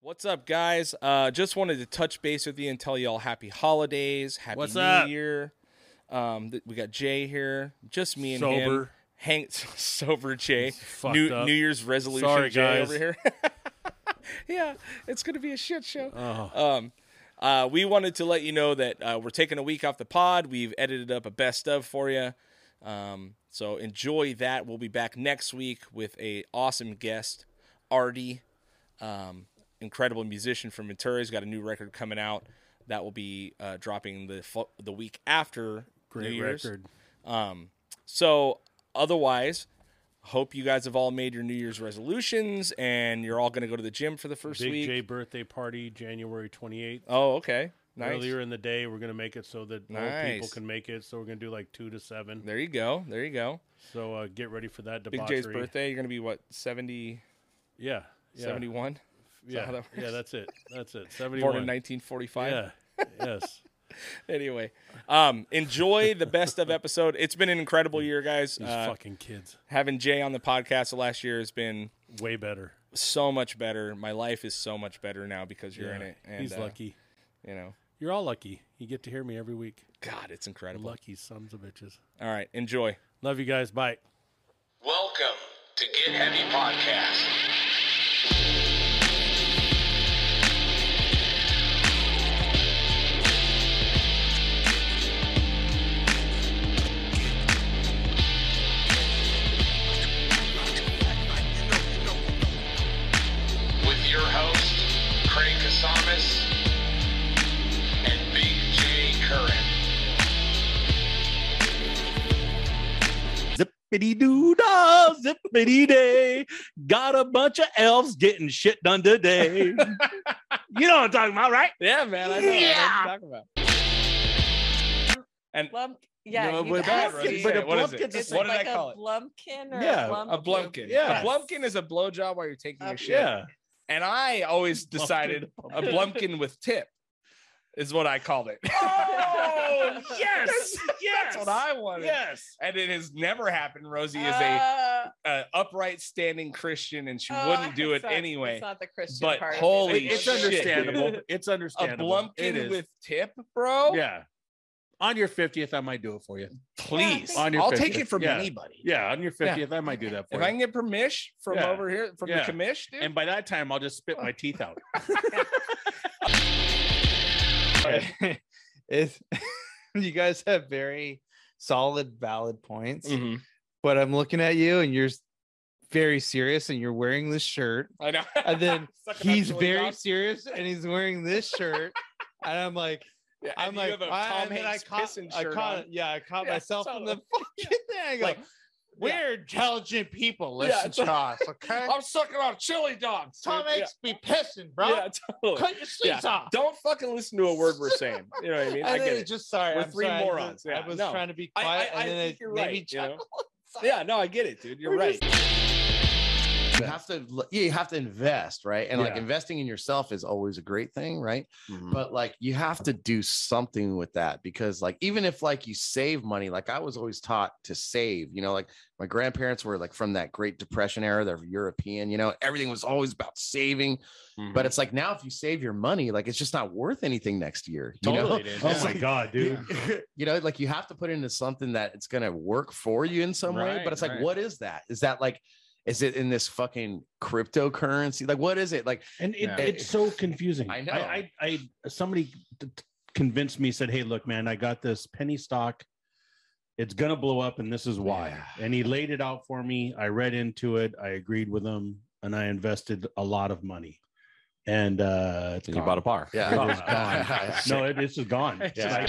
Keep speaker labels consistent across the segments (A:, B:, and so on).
A: What's up, guys? Uh, just wanted to touch base with you and tell you all happy holidays, happy
B: What's
A: New
B: up?
A: Year. Um, th- we got Jay here, just me and him.
B: Sober.
A: Hang sober Jay.
B: Fucked
A: New
B: up.
A: New Year's resolution
B: Sorry,
A: Jay
B: guys.
A: over here. yeah, it's gonna be a shit show.
B: Oh.
A: Um, uh, we wanted to let you know that uh, we're taking a week off the pod. We've edited up a best of for you. Um, so enjoy that. We'll be back next week with a awesome guest, Artie, um, incredible musician from Ventura. He's got a new record coming out that will be uh, dropping the fo- the week after New
B: Great
A: Year's.
B: record.
A: So otherwise, hope you guys have all made your New Year's resolutions and you're all going to go to the gym for the first
B: Big
A: week.
B: J birthday party, January 28th.
A: oh, okay. Nice.
B: Earlier in the day, we're going to make it so that old people
A: Nice.
B: can make it. So we're going to do like 2 to 7.
A: There you go. There you go.
B: So uh, get ready for that
A: Big
B: debauchery.
A: Jay's birthday. You're going to be what 70,
B: Yeah. yeah
A: 71?
B: Yeah.
A: how that
B: yeah, that's it. That's it. 71.
A: Born in 1945.
B: Yeah. yes.
A: Anyway, um, enjoy the best of episode. It's been an incredible year, guys.
B: These
A: Uh,
B: fucking kids.
A: having Jay on the podcast the last year has been
B: Way better.
A: so much better. My life is so much better now because you're in
B: Yeah.
A: it. And,
B: He's
A: uh,
B: lucky.
A: You know,
B: You're all lucky. You get to hear me every week.
A: God, it's incredible.
B: Lucky sons of bitches.
A: All right, enjoy.
B: Love you guys. Bye.
C: Welcome to Get Heavy Podcast. With your host, Craig Kasamis and Big J Curran.
D: Zippity doo dah, zippity day. Got a bunch of elves getting shit done today. you know what I'm talking about, right?
A: Yeah, man. I know.
D: Yeah.
A: What talking about? And
E: Blump. Yeah,
A: No,
E: you
A: but
E: asked
D: that's-
E: me.
D: but a
A: What is it?
D: blumpkin's a
E: it's
A: What did
E: like
A: I call
E: a
A: it?
E: blumpkin or
D: Yeah,
E: a,
D: a
E: blump-
A: A blumpkin.
D: Yeah.
A: A blumpkin is a blowjob while you're taking
E: Uh,
A: your shit.
D: Yeah.
A: And I always decided a blumpkin with tip is what I called it.
E: Oh,
D: yes. Yes.
A: That's what I wanted.
D: Yes.
A: And it has never happened. Rosie is
F: Ah.
A: a,
E: Uh,
A: a upright, standing Christian, and she
E: oh, I-
A: wouldn't do it
E: it's not-
A: anyway.
E: It's not the Christian
A: But
E: part. of it.
A: holy
D: It- it's
A: shit,
D: understandable.
A: dude.
D: It's
A: A
D: understandable. It
A: blumpkin
D: is. Oh.
A: with tip, bro.
D: Yeah. On your 50th, I might do it for you.
A: Please,
E: Yeah,
D: On your
A: I'll take
D: 50th.
A: it from
D: Yeah.
A: anybody.
D: Yeah. On your 50th, I might do that for
A: If
D: you.
A: I can get permission from
D: Yeah.
A: over here from
D: Yeah.
A: the commish, dude.
D: and by that time, I'll just spit my teeth out.
F: it's you guys have very solid valid points
A: Mhm.
F: but i'm looking at you and you're s- very serious and you're wearing this shirt
A: I know.
F: and then
A: Sucking my
F: he's
A: chili
F: very
A: dog.
F: serious and he's wearing this shirt and i'm like
A: Yeah, and
F: i'm
A: you
F: like
A: have a
F: "Why?"
A: Tom
F: and then
A: Hanks
F: i caught,
A: pissing
F: I
A: shirt
F: caught
A: on.
F: it. yeah i caught
A: Yeah,
F: myself in the
A: totally.
F: fucking thing I go,
A: Like,
F: we're intelligent people
A: Yeah,
F: listen
A: it's like-
F: to us okay
A: I'm sucking on chili dogs. dude.
F: tom
A: Yeah.
F: hanks be pissing bro
A: Yeah, totally.
F: cut your sleeves off
A: Don't fucking listen to a word we're saying. You know what I mean?
F: and
A: I
F: then
A: get
F: it's
A: it.
F: just sorry
A: We're
F: I'm
A: three
F: sorry, I
A: morons,
F: just-
A: yeah,
F: I was
A: no.
F: trying to be
A: I, I,
F: quiet
A: I
F: and then
A: think
F: it
A: you're
F: made
A: right.
F: me
A: you know?
F: chuckle. Sorry.
A: Yeah, no, I get it, dude. You're right.
G: you have to l- yeah, you have to invest right and like
D: Yeah. Mm-hmm.
G: investing in yourself is always a great thing right but like you have to do something with that because like even if like you save money like i was always taught to save you know like my grandparents were like from that great depression era they're european you know everything was always about saving but
D: Mm-hmm.
G: it's like now if you save your money like it's just not worth anything next year you know?
D: Totally, dude.
G: It's
D: Oh my
G: like-
D: God, dude.
G: you know, like you have to put into something that it's gonna work for you in some way.
A: Right,
G: But it's like,
A: right.
G: what is that? Is that like, is it in this fucking cryptocurrency? Like, what is it? Like,
D: and it,
G: Yeah.
D: it's so confusing.
G: I know.
D: I, I, I somebody t- t- convinced me said, "Hey, look, man, I got this penny stock. It's gonna blow up, and this is why."
G: Yeah.
D: And he laid it out for me. I read into it. I agreed with him, and I invested a lot of money. And uh, it's gone.
G: bar.
D: It is
G: Yeah.
D: no, it, it's just gone.
A: It's
D: Yeah.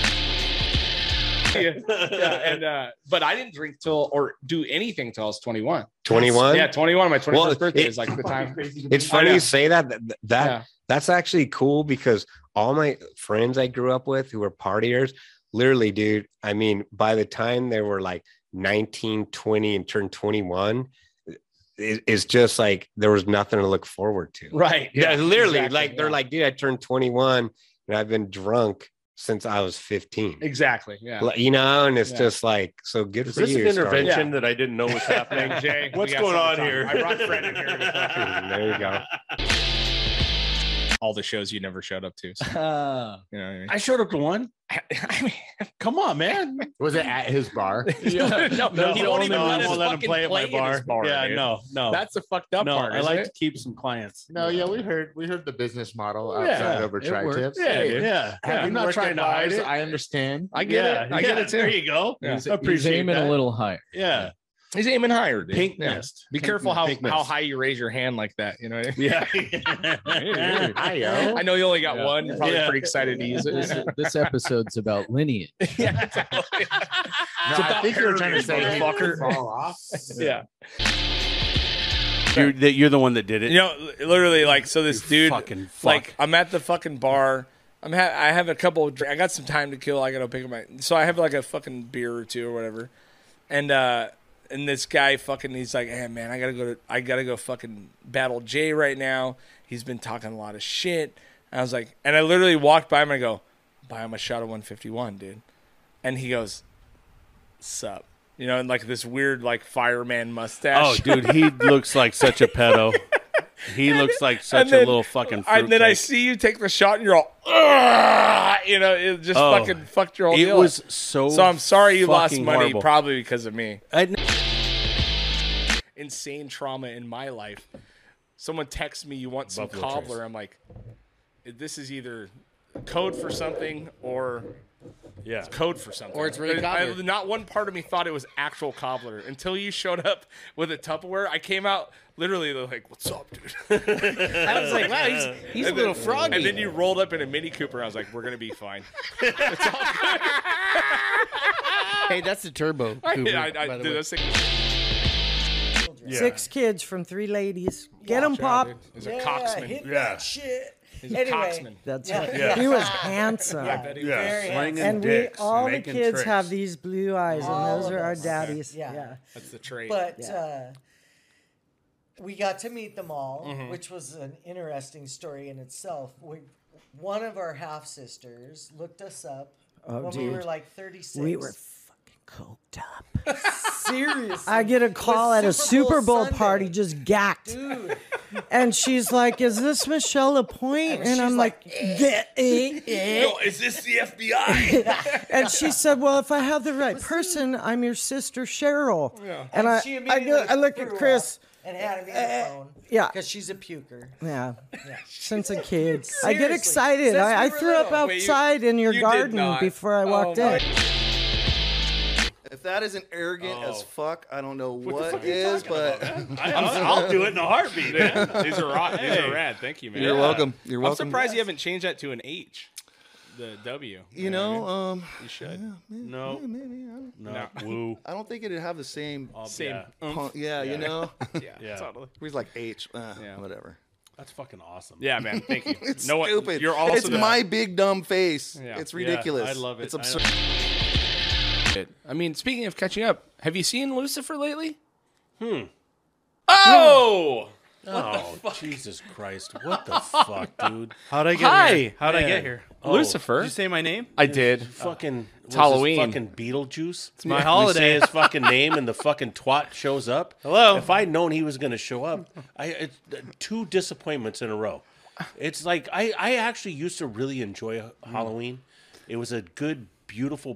A: yeah, yeah, and uh, but I didn't drink till or do anything till I was 21.
H: 21
A: Yeah, 21. My 21st
H: Well,
A: birthday
H: it-
A: is like the time.
H: it's
A: I
H: funny
A: know.
H: you say that that, that
A: Yeah.
H: that's actually cool because all my friends i grew up with who were partiers literally dude i mean by the time they were like 19 20 and turned 21 it, it's just like there was nothing to look forward to
A: Right.
H: yeah, literally
A: exactly,
H: like they're
A: yeah.
H: like dude i turned 21 and i've been drunk since i was 15
A: exactly. Yeah.
H: Like, you know and it's
A: Yeah.
H: just like so good
I: Is
H: for
I: this
H: you
I: an
H: Star-
I: intervention that I didn't know was happening?
A: Jay, we
I: What's
A: got
I: going on
A: something to
I: here?
A: talk- I brought Fred in here to talk to you.
H: There you go.
A: all the shows you never showed up to. So,
J: Uh,
A: you know what I mean?
J: I showed up to one.
A: I, I mean,
J: Come on, man.
F: Was it at his bar?
J: no,
B: No,
A: he
B: no,
A: won't even
B: no,
A: let
B: I
A: us
B: won't let him
A: fucking
B: play at my
A: play in
B: bar.
A: his bar,
B: yeah,
A: dude.
B: no, no,
K: That's the fucked up
B: no.
K: part.
B: I
K: isn't
B: like
K: it?
B: to keep some clients.
F: No, yeah, we heard we heard the business model
B: Yeah,
F: outside over
K: it
F: tri
K: works.
F: tips.
B: Yeah,
F: Hey,
B: yeah. yeah.
F: I'm not
B: We're
F: trying to
B: hide
F: hide it.
K: I understand.
G: I get
B: yeah,
G: it. I get
B: yeah,
G: it
B: There
G: too.
B: you go.
A: Yeah.
G: He's,
B: I
G: he's
B: appreciate
G: aiming
B: that.
G: a little higher.
B: Yeah.
A: he's aiming higher, dude.
B: Pink
A: Yeah.
B: nest.
A: Be careful how,
L: pink
A: how
L: mist.
A: high you raise your hand like that. You know, what I mean?
B: Yeah.
F: I
A: I know you only got
G: Yeah.
A: one. You're probably
B: Yeah.
A: pretty excited to use it.
G: This, this episode's about lineage.
A: yeah, exactly.
F: No, I think you were trying to say he
A: motherfucker.
F: fall off.
A: yeah.
B: You're, the, you're the one that did it.
A: You know, li- literally, like, so this
B: You
A: dude,
B: fucking fuck.
A: like, I'm at the fucking bar. I'm ha- I have a couple. Of dr- I got some time to kill. I gotta pick up my. So I have like a fucking beer or two or whatever, and uh, and this guy fucking, he's like, hey man, I gotta go to, I gotta go fucking battle Jay right now. He's been talking a lot of shit. And I was like, and I literally walked by him and I go, buy him a shot of 151, dude. And he goes, sup. You know, and like this weird like fireman mustache.
B: oh, dude, he looks like such a pedo. He looks like such
A: and then-
B: a little fucking.
A: and then I
B: fruitcake.
A: see you take the shot, and you're all, "Ugh," you know, it just
B: Oh,
A: fucking fucked your whole
B: It
A: deal.
B: was
A: up.
B: so.
A: so I'm sorry you lost
B: fucking
A: money,
B: horrible.
A: probably because of me.
B: I kn-
A: Insane trauma in my life. Someone texts me, "You want some
B: Buffalo
A: cobbler?"
B: Trace.
A: I'm like, "This is either code for something or
B: yeah.
A: code for something."
K: Or it's really
A: I-
K: cobbler.
A: not one part of me thought it was actual cobbler until you showed up with a Tupperware. I came out literally like, "What's up, dude?"
K: I was like, wow, he's, he's a
A: And then-
K: little froggy.
A: And then you rolled up in a Mini Cooper. I was like, we're gonna be fine.
K: hey, that's the turbo. Cooper,
A: I, I,
K: by the
A: dude,
K: way.
A: those things-
B: Six
E: kids from three ladies. Get them
A: out,
E: popped.
A: dude. He's a cocksman.
B: Yeah.
E: shit.
A: He's a cocksman.
E: that's right.
B: Yeah.
E: He was handsome.
A: bet he
B: Yeah.
E: Very
B: Slinging
E: and we
B: dicks,
E: all the
B: making
E: kids
B: tricks.
E: have these blue eyes, and those are our daddies. Yeah.
A: That's the trait.
E: But uh, we got to meet them all, which was an interesting story in itself. We, one of our half sisters looked us up when we were like 36. Oh, We were fucking coked up. Seriously. I get a call at a Super Bowl party just gacked. And she's like, Is this Michelle Lapointe? And, I'm like, "Get it."
A: is this the FBI?
E: And she said, "Well, if I have the right person, I'm your sister Cheryl." And, I,
M: she
E: I, go, I
M: immediately
E: look at Chris. Eh,
M: And had him in the phone.
E: Yeah,
M: Because she's a puker.
E: yeah. Since a kid, I get excited.
M: Since
E: I,
M: we
E: I
M: were
E: threw up
M: little.
A: Wait, you-
E: outside in your
A: you did
E: garden
A: not.
E: before I
A: Oh,
E: walked
A: no.
E: in.
N: If that isn't arrogant as
B: Oh.
N: fuck, I don't know what is, but
B: I, I'll, I'll do it in a heartbeat. Man.
A: these are rad. These
B: Hey.
A: are rad. Thank you, man.
N: you're
A: Yeah.
N: welcome. You're welcome.
A: I'm surprised you haven't changed that to an H. The W.
N: You know,
K: uh,
A: what
N: um,
A: I mean? you should.
B: No, no, woo.
N: I don't think it'd have the same.
A: Same.
B: Yeah.
N: pun- yeah, you know,
A: Yeah,
B: Yeah.
A: totally.
N: he's like H, uh,
A: Yeah.
N: whatever.
B: That's fucking awesome.
A: Yeah, man. Thank you.
N: It's
A: no, one-
N: stupid.
A: You're also
N: it's
A: the-
N: my big dumb face.
A: Yeah.
N: It's
B: Yeah,
N: ridiculous.
B: I love it.
N: It's
B: I
N: absurd.
B: know.
A: I mean, speaking of catching up, have you seen Lucifer lately? Hmm. Oh.
B: Oh, Jesus Christ! What the fuck, dude?
K: How'd I get
A: Hi.
K: here? How'd I
B: Man.
K: get here?
B: Oh,
A: Lucifer.
K: Did you say my name?
A: I did.
B: Fucking it's
A: Halloween.
B: Fucking Beetlejuice. It's
K: my holiday.
B: his fucking name, and the fucking twat shows up.
K: Hello.
B: If I'd known he was going to show up, I it's uh, two disappointments in a row. It's like I I actually used to really enjoy
K: Mm.
B: Halloween. It was a good, beautiful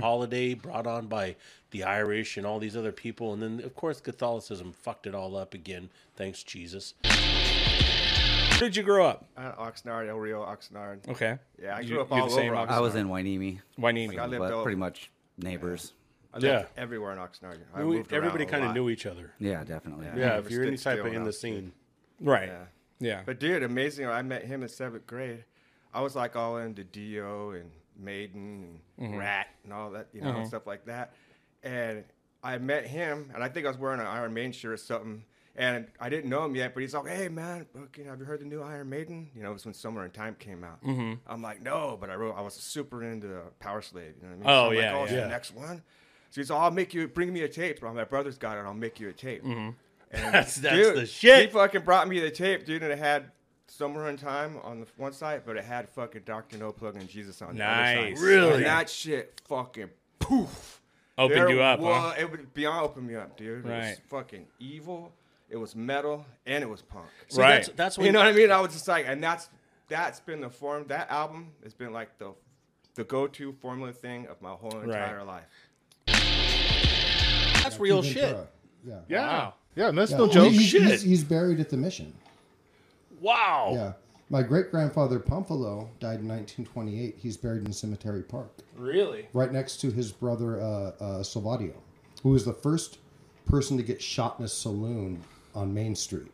K: Mm.
B: holiday brought on by the Irish and all these other people, and then of course Catholicism fucked it all up again. Thanks Jesus.
A: Where did you grow up?
K: Uh, Oxnard, El Rio, Oxnard.
A: Okay.
K: Yeah, I
A: You-
K: grew up
A: you're the
K: all
A: same
K: over
A: Oxnard.
K: Oxnard.
A: I was
K: in
A: Why
K: I lived all, pretty much neighbors. I lived everywhere in Oxnard. I moved around
B: Everybody
K: a
B: kind of
K: lot.
B: knew each other. Yeah,
K: Yeah, I
B: yeah
K: never
B: if you're any
K: stood
B: type
K: still
B: of
K: when
B: in
K: I
B: the
K: was a kid.
B: scene.
A: Right.
K: Yeah.
A: Yeah.
K: But dude, amazing! I met him in seventh grade. I was like all into Dio and Maiden and Rat and all that, you know, stuff like that. And I met him, and I think I was wearing an Iron Maiden shirt or something. And I didn't know him yet, but he's like, "Hey man, fucking, have you heard the new Iron Maiden?" You know, it was when Summer in Time came out. I'm like, "No," but I wrote, I was super into Power Slave. You know what I mean?
A: Oh,
K: I'm
A: yeah,
K: like, oh, it's
A: yeah.
K: the next one. So he's like, "I'll make you bring me a tape, bro. My brother's got it. I'll make you a tape." And
B: That's- that's the
K: He
B: shit.
K: fucking brought me the tape, dude, and it had Summer in Time on the one side, but it had fucking Doctor No Plug and Jesus on the other
A: Nice.
K: side.
A: Really?
K: And that shit fucking poof.
A: Opened
K: There
A: you up, huh?
K: wa- It would beyond open me up, dude. It was
A: Right.
K: fucking evil. It was metal and it was punk.
A: Right.
B: That's, that's
K: You
B: when
K: know what I mean? I was just like, and that's that's been the form. That album has been like the the go-to formula thing of my whole entire life.
A: That's real
O: Keith
A: shit.
O: Ventura. Yeah.
A: Yeah. Wow.
O: Yeah,
P: that's no joke.
O: He's,
P: Shit.
O: he's- he's buried at the mission.
A: Wow.
O: Yeah. My great grandfather Pomfalo died in 1928. He's buried in Cemetery Park,
A: Really?
O: right next to his brother uh, uh, Salvatio, who was the first person to get shot in a saloon on Main Street.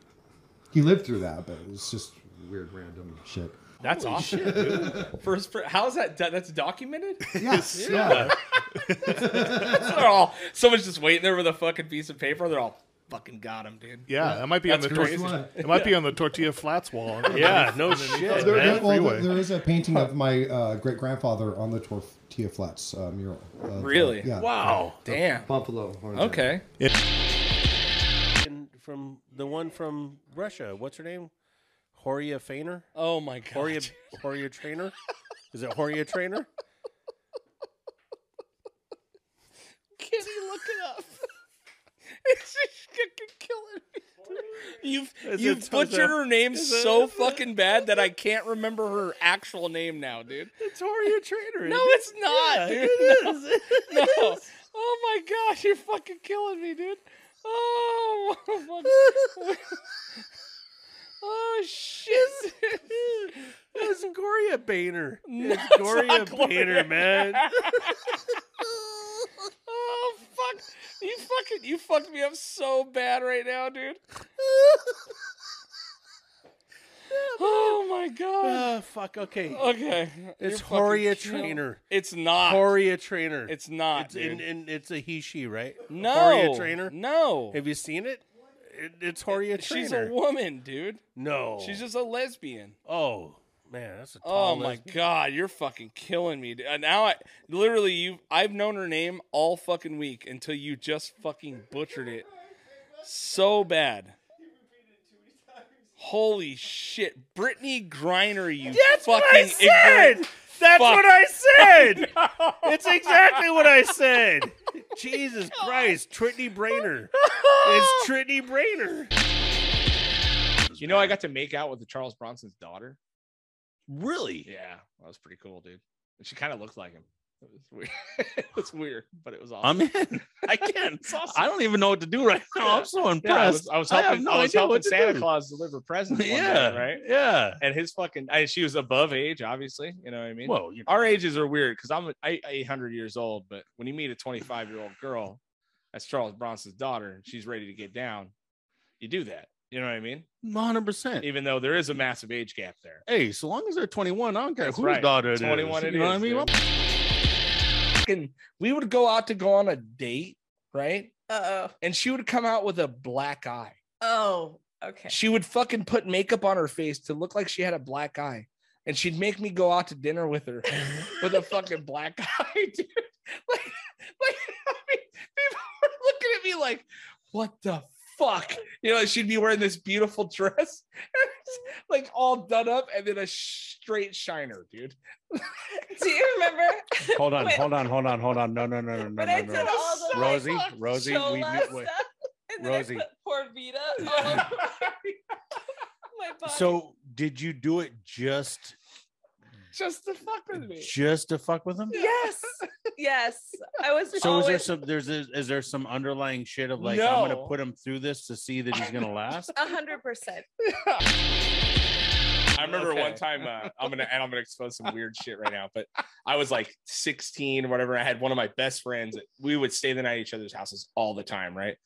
O: He lived through that, but it was just weird, random shit.
A: That's awesome. dude. First, fr- how's that? do- that's documented.
O: Yes.
A: Yeah. They're all someone's just waiting there with a fucking piece of paper. They're all fucking got him, dude.
P: Yeah, that might be
A: That's
P: on the tor-
A: crazy.
P: it might be on the tortilla flats wall.
A: Yeah, no
O: There-
A: shit,
O: there-
P: man.
O: well, there-
P: Freeway.
O: there is a painting of my uh, great grandfather on the Tortilla Flats uh, mural. of, uh,
A: Really?
O: yeah.
A: Wow.
O: The
A: Damn.
O: Buffalo. Horns
A: Okay.
B: And from the one from Russia. What's her name? Horia Fainer.
A: Oh my god.
B: Horia Horia Trainer. Is it Horia Trainer?
A: Can you look it up? it's just fucking killing me. You've
B: Is
A: you've
B: it Tozo?
A: butchered her name
B: Is it-
A: so fucking bad that I can't remember her actual name now, dude.
B: It's Horia Trainer.
A: No, it's not.
B: Yeah,
A: dude.
B: it
A: No.
B: is. It
A: No. Oh my gosh, you're fucking killing me, dude. Oh. what- oh shit.
B: It's Gloria Boehner.
A: No,
B: It's
A: it's not
B: Gloria
A: Gloria.
B: Boehner, man.
A: oh fuck! You fucking you fucked me up so bad right now, dude. oh my god.
B: Ah, fuck. Okay.
A: Okay. Oh,
B: It's
A: You're fucking
B: Horia
A: kill-
B: Trainer.
A: It's not.
B: Horia Trainer.
A: It's not,
B: It's, and,
A: dude.
B: and it's a he she, right?
A: No,
B: Horia Trainer.
A: No.
B: Have you seen it? It- it's Horia Trainer.
A: She's a woman, dude.
B: No.
A: She's just a lesbian.
B: Oh man, that's a
A: Oh
B: tall
A: my
B: lesbian.
A: god, you're fucking killing me. dude. And Now I literally you I've known her name all fucking week until you just fucking butchered it so bad. Holy shit, Brittany Griner, you
B: That's
A: fucking
B: what I
A: ignorant
B: said. That's
A: fuck.
B: what I said. It's exactly what I said. Jesus Christ, Tritney Brainer. It's Tritney Brainer.
A: You know, I got to make out with the Charles Bronson's daughter.
B: Really?
A: Yeah, that was pretty cool, dude. And she kind of looked like him. It was weird. it was weird, but it was awesome.
D: I'm in. I can.
A: It's awesome.
D: I don't even know what to do right now. I'm so impressed.
A: Yeah, I was, I was helping, I
D: have no
A: was
D: idea
A: helping
D: what to
A: Santa
D: do.
A: Claus deliver presents. one day,
D: Yeah,
A: right.
D: yeah.
A: And his fucking, I, she was above age, obviously. You know what I mean?
D: Well, you-
A: our ages are weird because I'm I, 800 years old, but when you meet a 25 year old girl, that's Charles Bronson's daughter, and she's ready to get down, you do that. You know what I mean?
D: 100%.
A: Even though there is a massive age gap there.
D: Hey, so long as they're 21, I don't care
A: That's
D: whose
A: right.
D: daughter it is.
A: 21 it
D: you know
A: is,
D: what I mean?
A: Fucking, we would go out to go on a date, right? Uh oh. And she would come out with a black eye.
Q: Oh, okay.
A: She would fucking put makeup on her face to look like she had a black eye. And she'd make me go out to dinner with her with a fucking black eye, dude. Like, like I mean, people were looking at me like, what the fuck? You know, she'd be wearing this beautiful dress, like all done up, and then a straight shiner, dude.
Q: Do you remember?
I: Hold on,
Q: When-
I: hold on, hold on, hold on. No, no, no, no, no,
Q: When
I: no,
Q: I did all
I: no.
Q: the like,
I: Rosie, Rosie,
Q: Shola
I: we need. Wait.
Q: stuff, and then
I: Rosie.
Q: I put poor Vita all over my body.
B: So did you do it just
A: just to fuck with me.
B: just to fuck with him?
Q: Yes, yes. I was
B: So is there
Q: always
B: some there's a, is there some underlying shit of like I'm
Q: No.
B: gonna put him through this to see that he's gonna last?
Q: a hundred percent.
A: I remember
Q: Okay.
A: one time uh, I'm gonna and I'm gonna expose some weird shit right now, but I was like 16 or whatever. I had one of my best friends. We would stay the night at each other's houses all the time, right?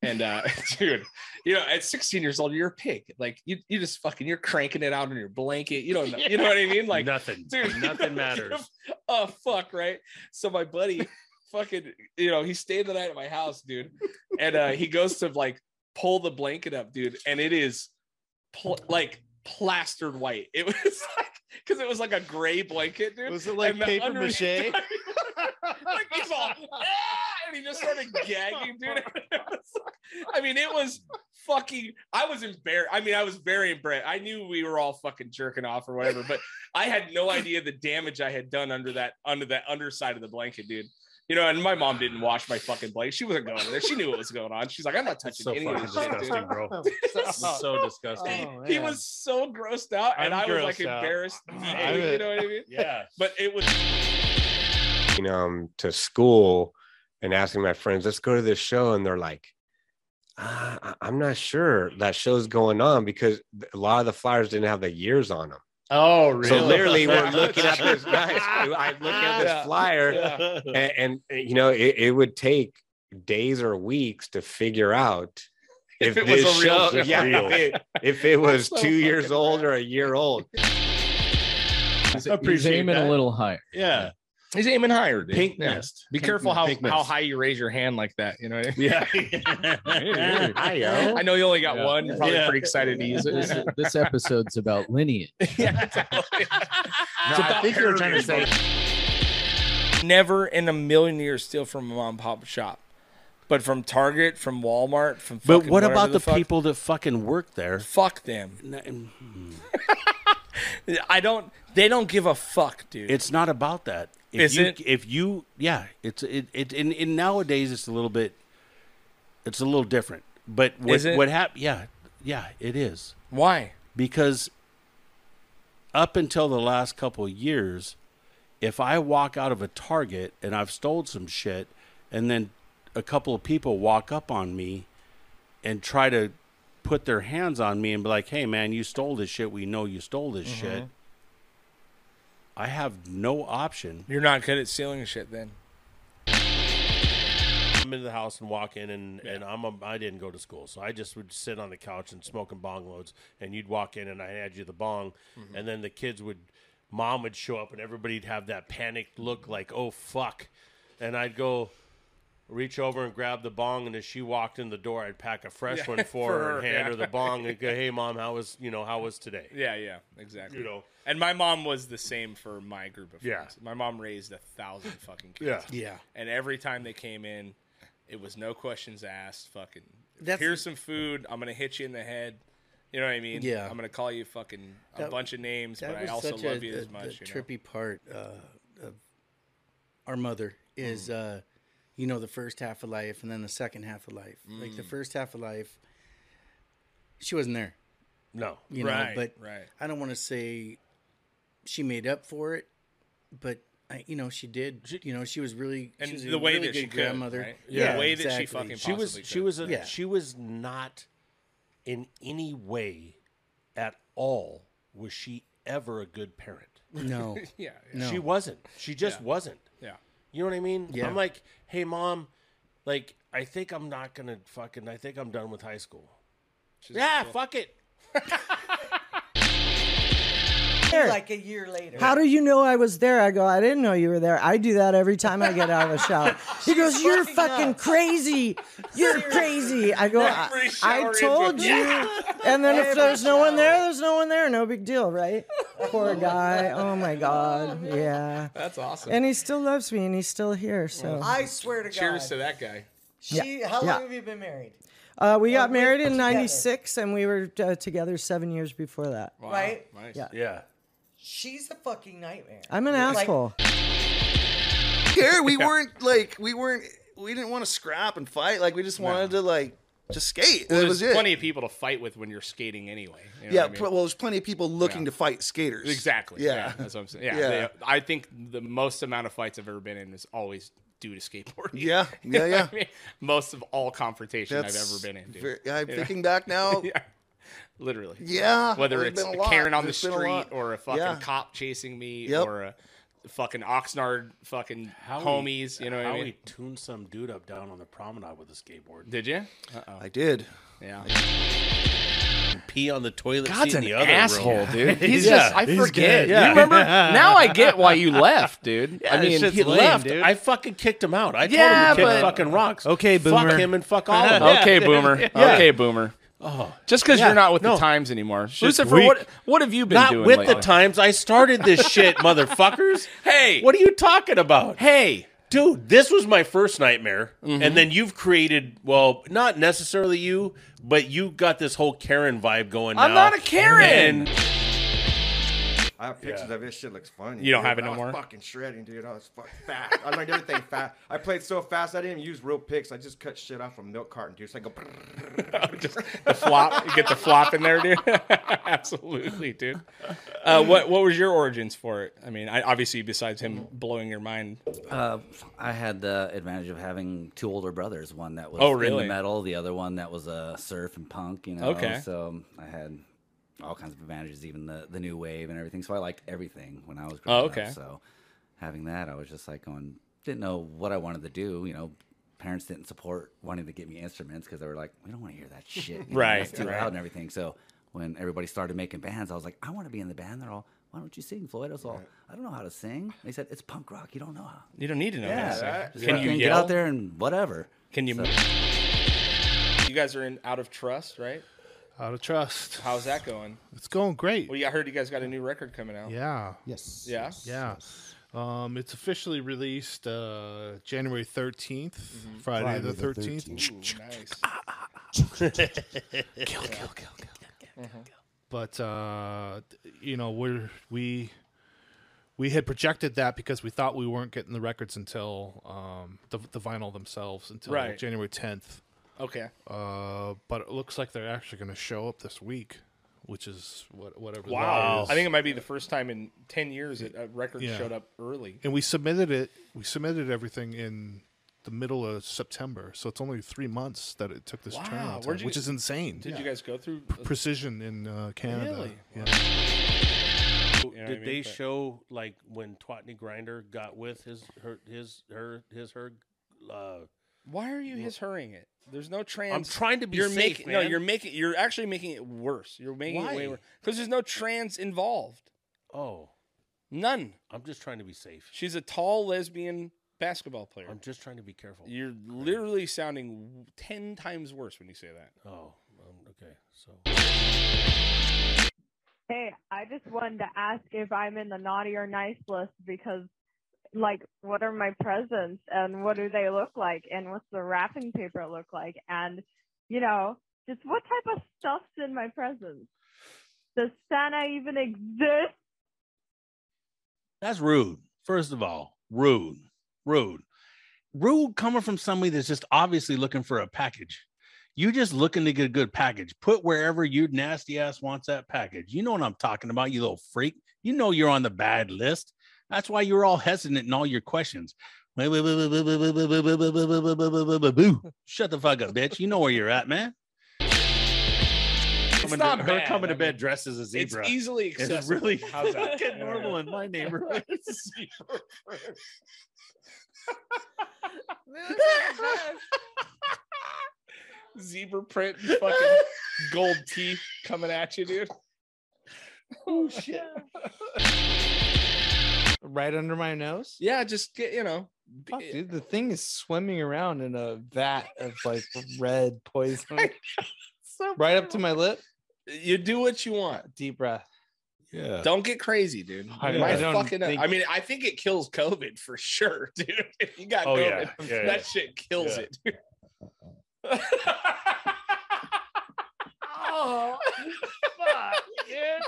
A: And uh, dude, you know, at 16 years old, you're a pig. Like you, you just fucking you're cranking it out on your blanket. You don't know, you know what I mean? Like
B: nothing,
A: dude,
B: nothing matters.
A: oh fuck, right? So my buddy, fucking, you know, he stayed the night at my house, dude, and uh, he goes to like pull the blanket up, dude, and it is pl- like plastered white. It was like because it was like a gray blanket, dude.
I: Was it like
A: And the
I: paper
A: underneath-
I: mache?
A: like he's all "Ah!" and he just started gagging, dude. It was like- I mean, it was fucking. I was embarrassed. I mean, I was very embarrassed. I knew we were all fucking jerking off or whatever, but I had no idea the damage I had done under that under that underside of the blanket, dude. You know, and my mom didn't wash my fucking plate. She wasn't going there. She knew what was going on. She's like, I'm not touching
B: so
A: any of this
B: fucking
A: shit, dude."
B: disgusting, bro. It's so disgusting.
A: He- he was so grossed out, and
B: I'm
A: i was like
B: grossed out.
A: embarrassed.
B: I
A: you
B: would-
A: know what I mean?
B: Yeah.
A: But it was.
H: you know, um, to school and asking my friends, let's go to this show. And they're like, "Ah, I- I'm not sure that show's going on because th- a lot of the flyers didn't have the years on them.
B: Oh,
H: So literally, we're looking at this guy. I'm looking at this flyer, and, and, uh, you know, it, it would take days or weeks to figure out if,
B: If it was
H: this
B: a
H: show,
B: real- if
H: yeah,
B: real.
H: if it, if it was
B: So
H: two years old or a year old.
F: He's aiming a little higher.
B: Yeah.
A: He's aiming higher. Dude.
F: Pink
A: Yeah.
F: mist.
A: Be
F: Pink
A: careful
F: mist.
A: how,
F: Pink
A: how
F: mist.
A: high you raise your hand like that. You know what I mean?
B: Yeah.
A: I know you only got one. You're probably
F: Yeah.
A: pretty excited to use it.
F: This, this episode's about lineage.
A: It's about heritage, bro. Never in a million years steal from a mom and pop shop, but from Target, from Walmart, from.
B: But
A: fucking
B: what
A: whatever
B: about the,
A: fuck-
B: people that fucking work there?
A: Fuck them.
B: mm-hmm.
A: I don't. They don't give a fuck, dude.
B: It's not about that. If
A: Is
B: you,
A: it?
B: If you, yeah, it's it. it and, and nowadays, it's a little bit. It's a little different, but what
A: Is it?
B: what happened? Yeah, yeah, it is.
A: Why?
B: Because up until the last couple of years, if I walk out of a Target and I've stolen some shit, and then a couple of people walk up on me and try to put their hands on me and be like, "Hey, man, you stole this shit. We know you stole this shit."
A: Mhm.
B: I have no option.
A: You're not good at stealing shit, then.
B: I'm into the house and walk in, and, and I'm a, I didn't go to school, so I just would sit on the couch and smoking bong loads. And you'd walk in, and I had you the bong,
Q: Mhm.
B: and then the kids would, mom would show up, and everybody'd have that panicked look, like oh fuck, and I'd go. Reach over and grab the bong, and as she walked in the door, I'd pack a fresh
A: Yeah,
B: one for,
A: for
B: her,
A: her,
B: and hand
A: yeah.
B: her the bong, and go, "Hey, mom, how was you know how was today?"
A: Yeah, yeah, exactly.
B: You know.
A: and my mom was the same for my group of
B: Yeah.
A: friends. My mom raised a thousand fucking
B: Yeah.
A: kids.
B: Yeah.
A: And every time they came in, it was no questions asked. Fucking
B: That's-
A: here's some food. I'm gonna hit you in the head. You know what I mean?
M: Yeah.
A: I'm gonna call you fucking a
M: That-
A: bunch of names,
M: that
A: but I
M: was
A: also
M: such
A: love
M: a,
A: you
M: a-
A: as
M: the
A: much. you know?
M: trippy part uh, of our mother is, uh, you know, the first half of life and then the second half of life. Like the
A: Mm.
M: first half of life, she wasn't there.
B: No.
M: you
A: Right,
M: know, but
A: right.
M: I don't want to say she made up for it, but I, you know, she did. you know, she was really
A: And
M: she was
A: the
M: a
A: way
M: really
A: that
M: good
A: she could,
M: grandmother.
A: right? The way that she fucking
B: she was
A: possibly
B: she
A: could.
B: was a,
M: Yeah.
B: she was not in any way at all was she ever a good parent
M: No. Yeah, yeah.
B: she
M: No.
B: wasn't she just
M: Yeah.
B: wasn't
A: Yeah.
B: you know what i mean
M: Yeah.
B: i'm like hey mom like i think i'm not gonna fucking i think i'm done with high school yeah fuck it
J: Like a year later.
E: How do you know I was there? I go, I didn't know you were there. I do that every time I get out of a shower. She goes, You're fucking crazy. You're crazy. I go, I,
J: Every
E: I
J: shower
E: told
J: ends
E: you.
J: with that.
E: And then if
J: Every
E: there's no one there, there's no one there. No big deal, right? Poor guy. Oh my God. Yeah.
A: That's awesome.
E: And he still loves me and he's still here. So
J: I swear to
A: Cheers
J: God.
A: to that guy.
J: She,
E: Yeah,
J: How long
E: yeah.
J: have you been married?
E: Uh, we got
J: And we
E: married
J: were
E: in
J: together.
E: '96, and we were uh, together seven years before that.
J: Right?
E: Yeah.
B: yeah
J: She's a fucking nightmare.
E: I'm an
J: Like,
E: asshole.
N: Here we weren't like we weren't we didn't want to scrap and fight. Like we just wanted to like just skate.
A: Well,
N: that
A: there's
N: was it.
A: plenty of people to fight with when you're skating anyway. you know
N: yeah.
A: what I mean?
N: pl- well, there's plenty of people looking to fight skaters.
A: Exactly. Yeah.
N: Yeah.
A: That's what I'm saying. Yeah.
N: Yeah.
A: they- I think the most amount of fights I've ever been in is always due to skateboarding.
N: Yeah,
A: You know
N: yeah,
A: what
N: yeah.
A: I mean? Most of all confrontation I've ever
N: That's
A: been in. Dude.
N: ver- I'm
A: You know?
N: thinking back now.
A: Yeah. Literally.
N: Yeah,
A: Whether
N: there's
A: it's
N: been
A: a
N: a lot.
A: Karen on
N: There's
A: the
N: been a
A: street
N: lot.
A: or a fucking
N: Yeah.
A: cop chasing me
N: Yep.
A: or a fucking Oxnard fucking
B: Howie-
A: homies. You know what I
B: Howie
A: mean?
B: tuned some dude up down on the promenade with a skateboard
A: Did you?
N: I did.
A: Yeah.
B: pee on the toilet
A: God's
B: seat in
A: an
B: the other
A: asshole,
B: room.
A: dude. He's just- I He's forget. good. You remember? Now I get why you left, dude. I
B: I
A: mean,
B: mean,
A: he
B: he
A: lame,
B: left.
A: dude.
B: I fucking kicked him out. I
A: Yeah,
B: told him to
A: but-
B: kick fucking rocks.
A: Okay, boomer.
B: Fuck him and fuck all of them.
A: okay, boomer.
B: Yeah.
A: Okay, boomer.
B: Oh,
A: just because
B: yeah,
A: you're not with the
B: no.
A: times anymore,
B: It's just
A: Lucifer. What
B: weak.
A: what have you been
B: Not
A: doing?
B: with
A: lately?
B: the times. I started this shit, motherfuckers.
A: Hey,
B: what are you talking about?
A: Hey,
B: dude, this was my first nightmare, and then you've created. Well, not necessarily you, but you got this whole Karen vibe going.
A: I'm
B: now,
A: not a Karen.
B: and-
K: I I have pictures of it. Shit looks funny.
A: You don't
K: dude,
A: have it
K: but
A: no
K: I was
A: more?
K: Fucking shredding, dude. I was fuck fast. I learned everything fast. I played so fast. I didn't even use real picks. I just cut shit off from milk carton, dude. It's like a
A: just the flop. You get the flop in there, dude. Absolutely, dude. Uh, what what was your origins for it? I mean, I, obviously besides him blowing your mind.
R: Uh, I had the advantage of having two older brothers. One that was
A: Oh,
R: in
A: really?
R: the metal, the other one that was a surf and punk. You know,
A: Okay.
R: So um, I had all kinds of advantages, even the the new wave and everything. So I liked everything when I was growing
A: Oh, okay.
R: up. So having that, I was just like going, didn't know what I wanted to do. You know. Parents didn't support wanting to get me instruments because they were like, "We don't want to hear that shit, you know,
A: Right,
R: It's too
A: right.
R: loud and everything." So when everybody started making bands, I was like, "I want to be in the band." They're all, "Why don't you sing, Floyd?" I was all, "I don't know how to sing." They said, "It's punk rock. You don't know how."
A: You don't need to know how to sing.
R: Just
A: Can you
R: fucking get
A: yell?
R: out there and whatever?
A: Can you? You guys are in Out of Trust, right?
P: Out of trust.
A: How's that going?
P: It's going great.
A: Well, yeah, I heard you guys got a new record coming out.
P: Yeah.
O: Yes.
A: Yeah.
P: Yeah. Um, it's officially released uh, January 13th,
A: Mm-hmm.
P: Friday,
O: Friday
P: the
O: the
P: 13th.
O: 13th.
P: kill, kill, kill, But uh, you know, we're we we had projected that because we thought we weren't getting the records until um, the, the vinyl themselves until
A: Right.
P: January 10th.
A: Okay.
P: Uh, but it looks like they're actually going to show up this week, which is what whatever. that is.
A: I think it might be the first time in ten years that a record
P: Yeah.
A: showed up early.
P: And we submitted it. We submitted everything in the middle of September, so it's only three months that it took this
A: Wow,
P: turnaround, time,
A: where'd you-
P: which is insane.
A: Did you guys go through?
P: P- Precision in uh, Canada?
A: Really?
P: Yeah.
A: You know what I
B: Did
A: mean?
B: they
A: But-
B: show like when Twatney Grinder got with his her his her his her? Uh,
A: Why are you his hurrying it? There's no trans.
B: trying to be
A: you're
B: safe,
A: making, No,
B: man.
A: you're making. You're actually making it worse. You're making
B: Why?
A: it way worse because there's no trans involved.
B: Oh,
A: none.
B: I'm just trying to be safe.
A: She's a tall lesbian basketball player.
B: I'm just trying to be careful.
A: You're literally sounding w- ten times worse when you say that.
B: Oh, um, okay. So
S: Hey, I just wanted to ask if I'm in the naughty or nice list because, like, what are my presents and what do they look like and what's the wrapping paper look like and, you know, just what type of stuff's in my presents? Does Santa even exist?
B: that's rude. First of all, rude, rude, rude. Coming from somebody that's just obviously looking for a package. You just looking to get a good package. Put wherever your nasty ass wants that package. You know what I'm talking about, you little freak. You know you're on the bad list. That's why you're all hesitant in all your questions. Boo, boo, boo, boo, boo, boo, boo, boo, boo, boo, boo, boo, boo, boo, boo, boo. Shut the fuck up, bitch. You know where you're at, man. Coming to-
A: not
B: her
A: bad.
B: coming to
A: I
B: bed dressed as a
A: it's
B: zebra.
A: easily
B: It's
A: accessible.
B: really
A: How's that?
B: fucking
A: Yeah.
B: normal in my neighborhood.
A: Zebra print, and fucking gold teeth coming at you, dude.
B: Oh shit!
F: right under my nose.
A: Yeah, just get you know.
F: Fuck, dude, the thing is swimming around in a vat of like red poison, right up to my lip.
A: You do what you want.
F: Deep breath.
B: Yeah.
A: Don't get crazy, dude.
F: I-
A: You might
F: I don't
A: fucking up.
F: think-
A: I mean, I think it kills COVID for sure, dude. If you got
B: Oh, yeah.
A: COVID,
B: Yeah,
A: that
B: yeah.
A: shit kills
B: Yeah.
A: it. Dude.
Q: Oh, fuck, dude.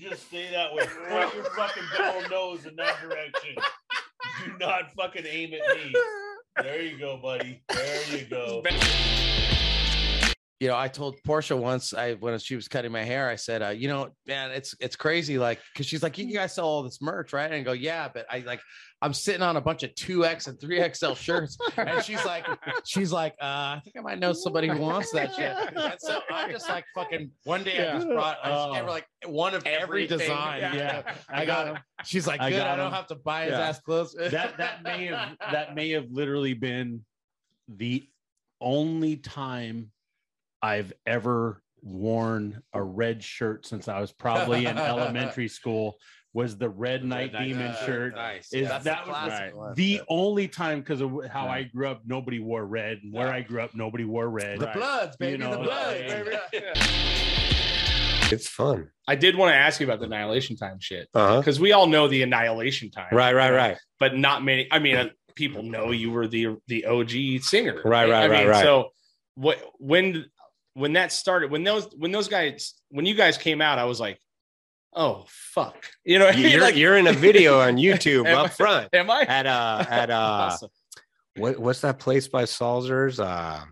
B: Just stay that way. Point your fucking double nose in that direction. Do not fucking aim at me. There you go, buddy. There you go.
G: you know, I told Portia once I when she was cutting my hair, I said, uh, you know, man, it's it's crazy. Like, cause she's like, you guys sell all this merch, right? And I go, yeah, but I like I'm sitting on a bunch of two X and three XL shirts, and she's like, she's like, uh, I think I might know somebody who wants that shit. And so I'm just like fucking. One day I just brought I just gave her like one of every
B: Everything.
G: design.
B: Oh. Yeah.
G: Yeah,
B: I
G: I got
B: got
G: it.
B: 'em.
G: She's like,
B: I
G: good.
B: got
G: I, don't
B: 'em.
G: have to buy his
B: Yeah.
G: ass clothes.
B: that that may have that may have literally been the only time I've ever worn a red shirt since I was probably in elementary school was the red night
G: Knight
B: demon
G: shirt.
B: shirt.
G: uh, Nice.
B: Is
G: That's a
B: that was
G: classic one.
B: the only time because of how
G: uh, Yeah.
B: I grew up, nobody wore red, and where I grew up, nobody wore red.
G: The Bloods,
B: You
G: baby, the
B: know,
G: Bloods,
B: and-
G: baby.
H: It's fun.
A: I did want to ask you about the annihilation time shit
H: Uh-huh.
A: because we all know the annihilation time,
H: Right, right, right.
A: But not many. I mean, uh, people know you were the the OG singer,
H: Right, right,
A: I
H: right,
A: mean,
H: right.
A: So what when when that started, when those when those guys when you guys came out, I was like, oh fuck, you know, what I mean?
H: You're,
A: Like-
H: you're in a video on YouTube
A: Am I-
H: up front.
A: Am I
H: At uh at uh
A: Awesome.
H: what what's that place by Salzer's? Uh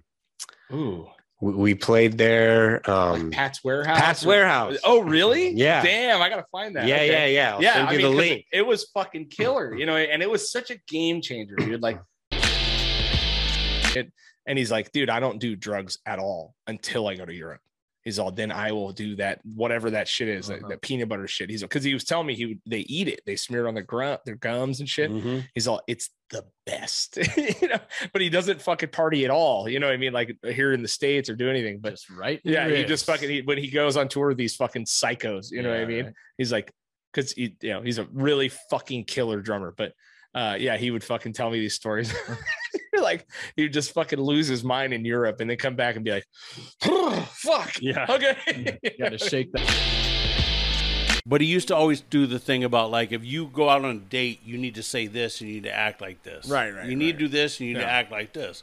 A: ooh.
H: We, we played there. Um
A: Pat's Warehouse?
H: Pat's
A: or-
H: Warehouse.
A: Oh really?
H: Yeah.
A: Damn, I gotta find that.
H: Yeah,
A: Okay.
H: yeah, yeah. I'll
A: yeah,
H: send
A: I
H: you
A: mean,
H: the
A: 'cause
H: link.
A: It was fucking killer, you know, and it was such a game changer, dude. Like it, and he's like, dude, I don't do drugs at all until I go to Europe. He's all, then I will do that, whatever that shit is, that, that peanut butter shit. He's because he was telling me he would- they eat it, they smear it on their grunt, their gums and shit.
B: Mm-hmm.
A: He's all, it's the best, you know. But he doesn't fucking party at all, you know. what I mean, like here in the states or do anything, but
R: right?
A: yeah, he just fucking he, when he goes on tour with these fucking psychos, you know what I
R: Yeah,
A: mean?
R: right.
A: He's like, because he, you know, he's a really fucking killer drummer, but uh, yeah, he would fucking tell me these stories. like he would just fucking lose his mind in Europe and then come back and be like, fuck,
B: Yeah.
A: okay,
B: gotta shake
A: that.
B: But he used to always do the thing about like if you go out on a date, you need to say this, you need to act like this.
R: Right, right,
B: You need to do this, you need to
R: Yeah.
B: act like this.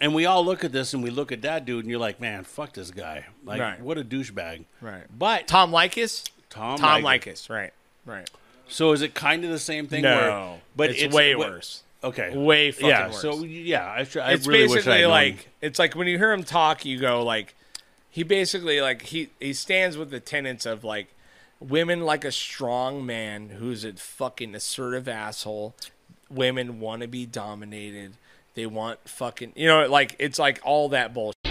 B: And we all look at this and we look at that dude and you're like, man, fuck this guy. Like
R: Right.
B: what a douchebag.
A: Right.
B: But
A: Tom Likas?
B: Tom
A: Tom
B: Likas,
A: right. Right.
B: So is it kind of the same thing?
A: No,
B: where- but
A: it's
B: it's,
A: way
B: what-
A: worse.
B: Okay.
A: Way fucking
B: yeah,
A: worse.
B: So yeah, I, tr- I
A: it's
B: really wish I
A: basically
B: had known.
A: like it's like when you hear him talk, you go like he basically like he he stands with the tenets of like women like a strong man who's a fucking assertive asshole. Women want to be dominated. They want fucking you know like it's like all that bullshit.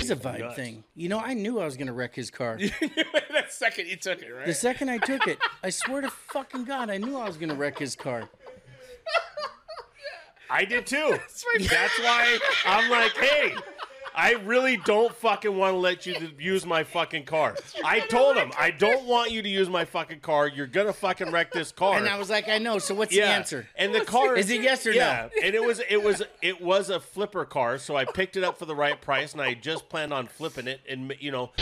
M: He's a vibe thing. You know, I knew I was gonna wreck his car.
A: that second you took it right.
M: The second I took it, I swear to fucking God, I knew I was gonna wreck his car.
B: I did too. That's,
A: my-
B: why I'm like, hey, I really don't fucking want to let you to use my fucking car. I told him I don't want you to use my fucking car. You're gonna fucking wreck this car.
M: And I was like, I know. So what's the answer?
B: And the car
M: is it yes or
B: yeah.
M: no?
B: And it was it was it was a flipper car, so I picked it up for the right price, and I just planned on flipping it, and you know,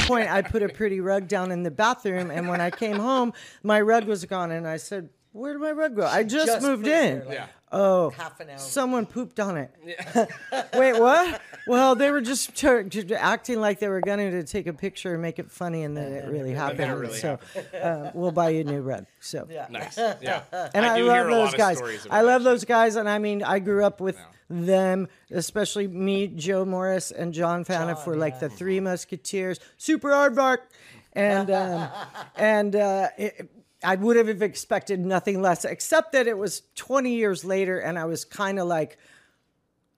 E: point, I put a pretty rug down in the bathroom, and when I came home, my rug was gone, and I said, "Where did my rug go? I just,
J: Just
E: moved
J: put it
E: in."
J: there, like, Yeah.
E: Oh,
J: half an hour.
E: Someone pooped on it. Wait, what? Well, they were just tur- j- j- acting like they were going to take a picture and make it funny, and then it really happened.
A: that really
E: so,
A: happened.
E: uh, we'll buy you a new rug. So
A: Nice. Yeah.
E: and I,
A: do hear
E: love
A: a
E: those
A: lot of
E: guys.
A: stories about
E: I love those guys, and I mean, I grew up with them, especially me, Joe Morris, and John Faniff were like the three musketeers, super aardvark, and um, and uh, it, I would have expected nothing less, except that it was 20 years later, and I was kind of like.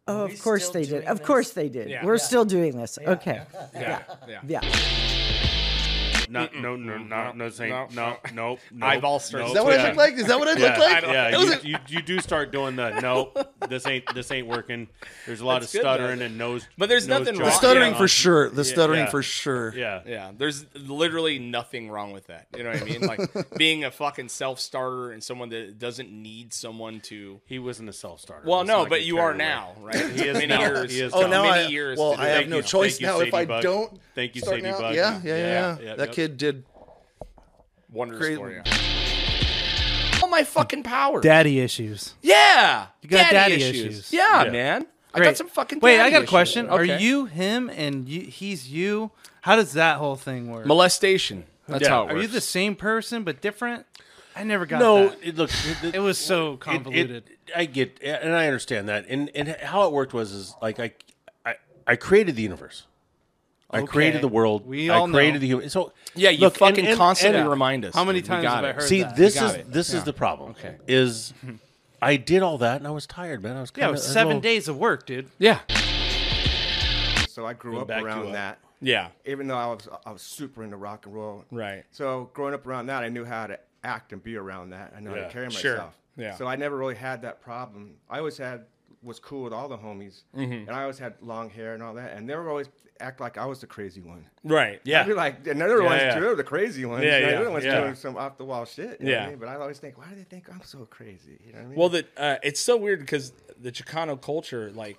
E: Oh,
J: Are we
E: of course
J: still
E: they did.
J: doing
E: Of
J: this?
E: course they did.
J: Yeah.
E: We're
J: Yeah.
E: still doing this.
J: Yeah.
E: Okay.
J: Yeah.
E: Yeah.
J: Yeah.
E: Yeah.
B: no, no, no, no, no, saying, no, no, no,
A: I've all started-
B: no,
A: Is that what I
B: yeah.
A: look like? Is that what I look
B: Yeah,
A: like?
B: Yeah,
A: That
B: you,
A: was a-
B: you, you do start doing the no. This ain't this ain't working. There's a lot
A: That's
B: of
A: good, though.
B: stuttering and nose.
A: But there's
B: nose
A: nothing
B: job.
A: wrong.
N: The stuttering
A: yeah.
N: for sure. The
A: Yeah,
N: stuttering
A: yeah.
N: for sure.
B: Yeah.
A: Yeah. There's literally nothing wrong with that. You know what I mean? Like being a fucking self starter and someone that doesn't need someone to.
B: He wasn't a self starter.
A: Well,
B: Let's
A: no,
B: not
A: but
B: get
A: you
B: carried
A: are
B: away.
A: now, right?
B: He is
A: many
B: now.
A: years.
B: He is
A: Oh,
B: now.
A: now
B: Many
A: I-
B: years
N: Well,
B: to do
N: I
B: that.
N: have
B: Thank
N: no
B: you.
N: choice
B: Thank you,
N: now. If
B: Sadie
N: I
B: Buck.
N: don't,
B: Thank you,
N: start
B: Sadie
N: now-
B: Buck.
N: Yeah, yeah, yeah.
B: Yeah,
N: yeah.
B: yeah,
N: that
B: yep.
N: kid did
A: Wondrous
N: Great-
A: for you. All Oh, my fucking power.
T: Daddy issues.
A: Yeah.
T: You got daddy issues.
A: Yeah,
T: Yeah.
A: man. I got
T: Great.
A: some fucking.
T: Wait, I
A: daddy
T: got a
A: issues.
T: question. Are
A: Okay.
T: you him and you, he's you? How does that whole thing work?
A: molestation? That's
T: Yeah.
A: how it
T: Are you
A: works.
T: the same person but different? I never got
B: no,
T: that.
B: it, look, it, it-
T: was so
B: it- it-
T: convoluted.
B: I get, and I understand that, and and how it worked was is like I, I, I created the universe. I
T: Okay.
B: created the world.
T: We
B: I
T: all
B: created
T: know.
B: the human. So
T: Yeah, you fucking constantly
A: remind us,
T: How many dude. We times got have I it. heard
B: See,
T: that?
B: this
T: We got
B: is
T: it.
B: this
T: Yeah.
B: is the problem.
T: Okay.
B: is I did all that and I was tired, man. I was
T: Yeah, it
B: kinda,
T: was
B: a
T: seven
B: little-
T: days of work, dude.
A: Yeah.
K: So I grew
B: Go
K: up
B: back to
K: around
B: a-
K: that.
A: Yeah.
K: Even though I was I was super into rock and roll.
A: Right.
K: So growing up around that, I knew how to act and be around that. I know how
A: Yeah.
K: to carry myself.
A: Sure. Yeah.
K: So I never really had that problem. I always had was cool with all the homies,
A: Mhm.
K: and I always had long hair and all that, and they were always act like I was the crazy one.
A: Right, yeah.
K: I'd be like, and they're the
A: Yeah,
K: ones,
A: yeah.
K: they're the crazy ones.
A: Yeah,
K: you know,
A: yeah,
K: They're the ones
A: yeah.
K: doing some off the wall shit. you know what I
A: Yeah.
K: mean? But I always think, why do they think I'm so crazy? You know what I mean?
A: Well, that uh, it's so weird because the Chicano culture, like,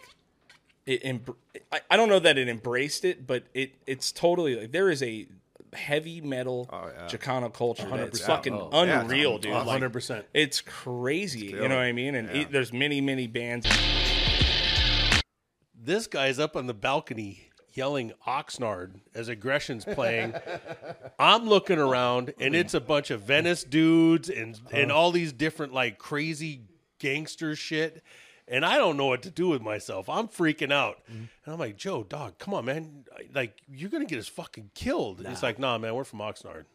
A: it. Em- I, I don't know that it embraced it, but it it's totally like there is a heavy metal
K: Oh,
A: Chicano culture that's
B: 100%.
A: fucking
B: Oh, yeah.
A: unreal, dude.
B: A
A: Like,
B: hundred percent.
A: It's crazy.
B: It's
A: you know what I
B: killer.
A: mean? And
B: Yeah.
A: it- there's many many bands
B: This guy's up on the balcony yelling Oxnard as aggression's playing. I'm looking
A: Oh,
B: around and it's a bunch of Venice dudes and and all these different like crazy gangster shit. And I don't know what to do with myself. I'm freaking out.
A: Mm-hmm.
B: And I'm like, Joe, dog, come on, man. Like, you're going to get us fucking killed. He's like, nah, man, we're from Oxnard.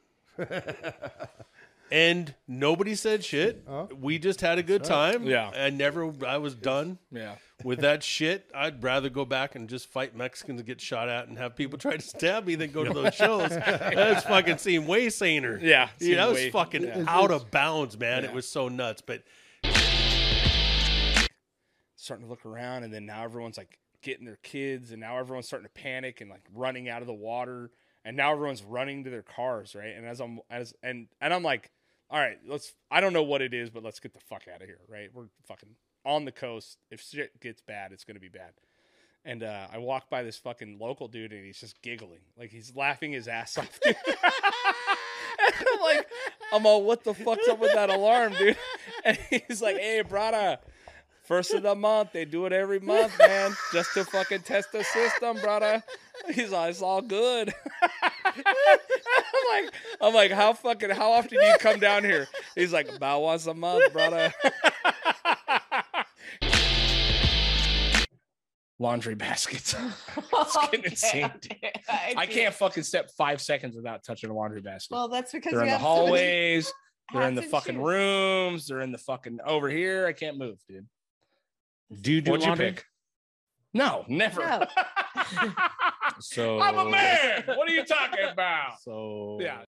B: and nobody said shit. We just had a good
A: That's right.
B: time.
A: Yeah.
B: I never, I was done.
A: Yeah.
B: With that shit, I'd rather go back and just fight Mexicans and get shot at and have people try to stab me than go to those shows. That's fucking seemed way saner.
A: Yeah,
B: Dude, that
A: seemed
B: was
A: way-
B: fucking
A: yeah.
B: out of bounds, man.
A: Yeah.
B: It was so nuts. But
A: starting to look around and then now everyone's like getting their kids and now everyone's starting to panic and like running out of the water and now everyone's running to their cars right and as i'm as and and i'm like all right let's i don't know what it is but let's get the fuck out of here right we're fucking on the coast if shit gets bad it's gonna be bad and uh, I walk by this fucking local dude, and he's just giggling, like he's laughing his ass off. Dude. And I'm like, I'm all, what the fuck's up with that alarm, dude? And he's like, hey, brother, first of the month, they do it every month, man, just to fucking test the system, brother. He's all, it's all good. I'm like, I'm like, how fucking, how often do you come down here? He's like, about once a month, brother. Laundry baskets.
U: It's
A: getting insane, dude. I can't fucking step five seconds without touching a laundry basket.
U: Well, that's because
A: they're
U: you
A: in the
U: have so many-
A: hallways, they're in the
U: hats and
A: fucking
U: shoes.
A: rooms, they're in the fucking over here. I can't move, dude.
I: Do you do
A: What'd
I: laundry?
A: you pick? No, never.
U: No.
I: So
A: I'm a man. What are you talking about?
I: So
A: yeah.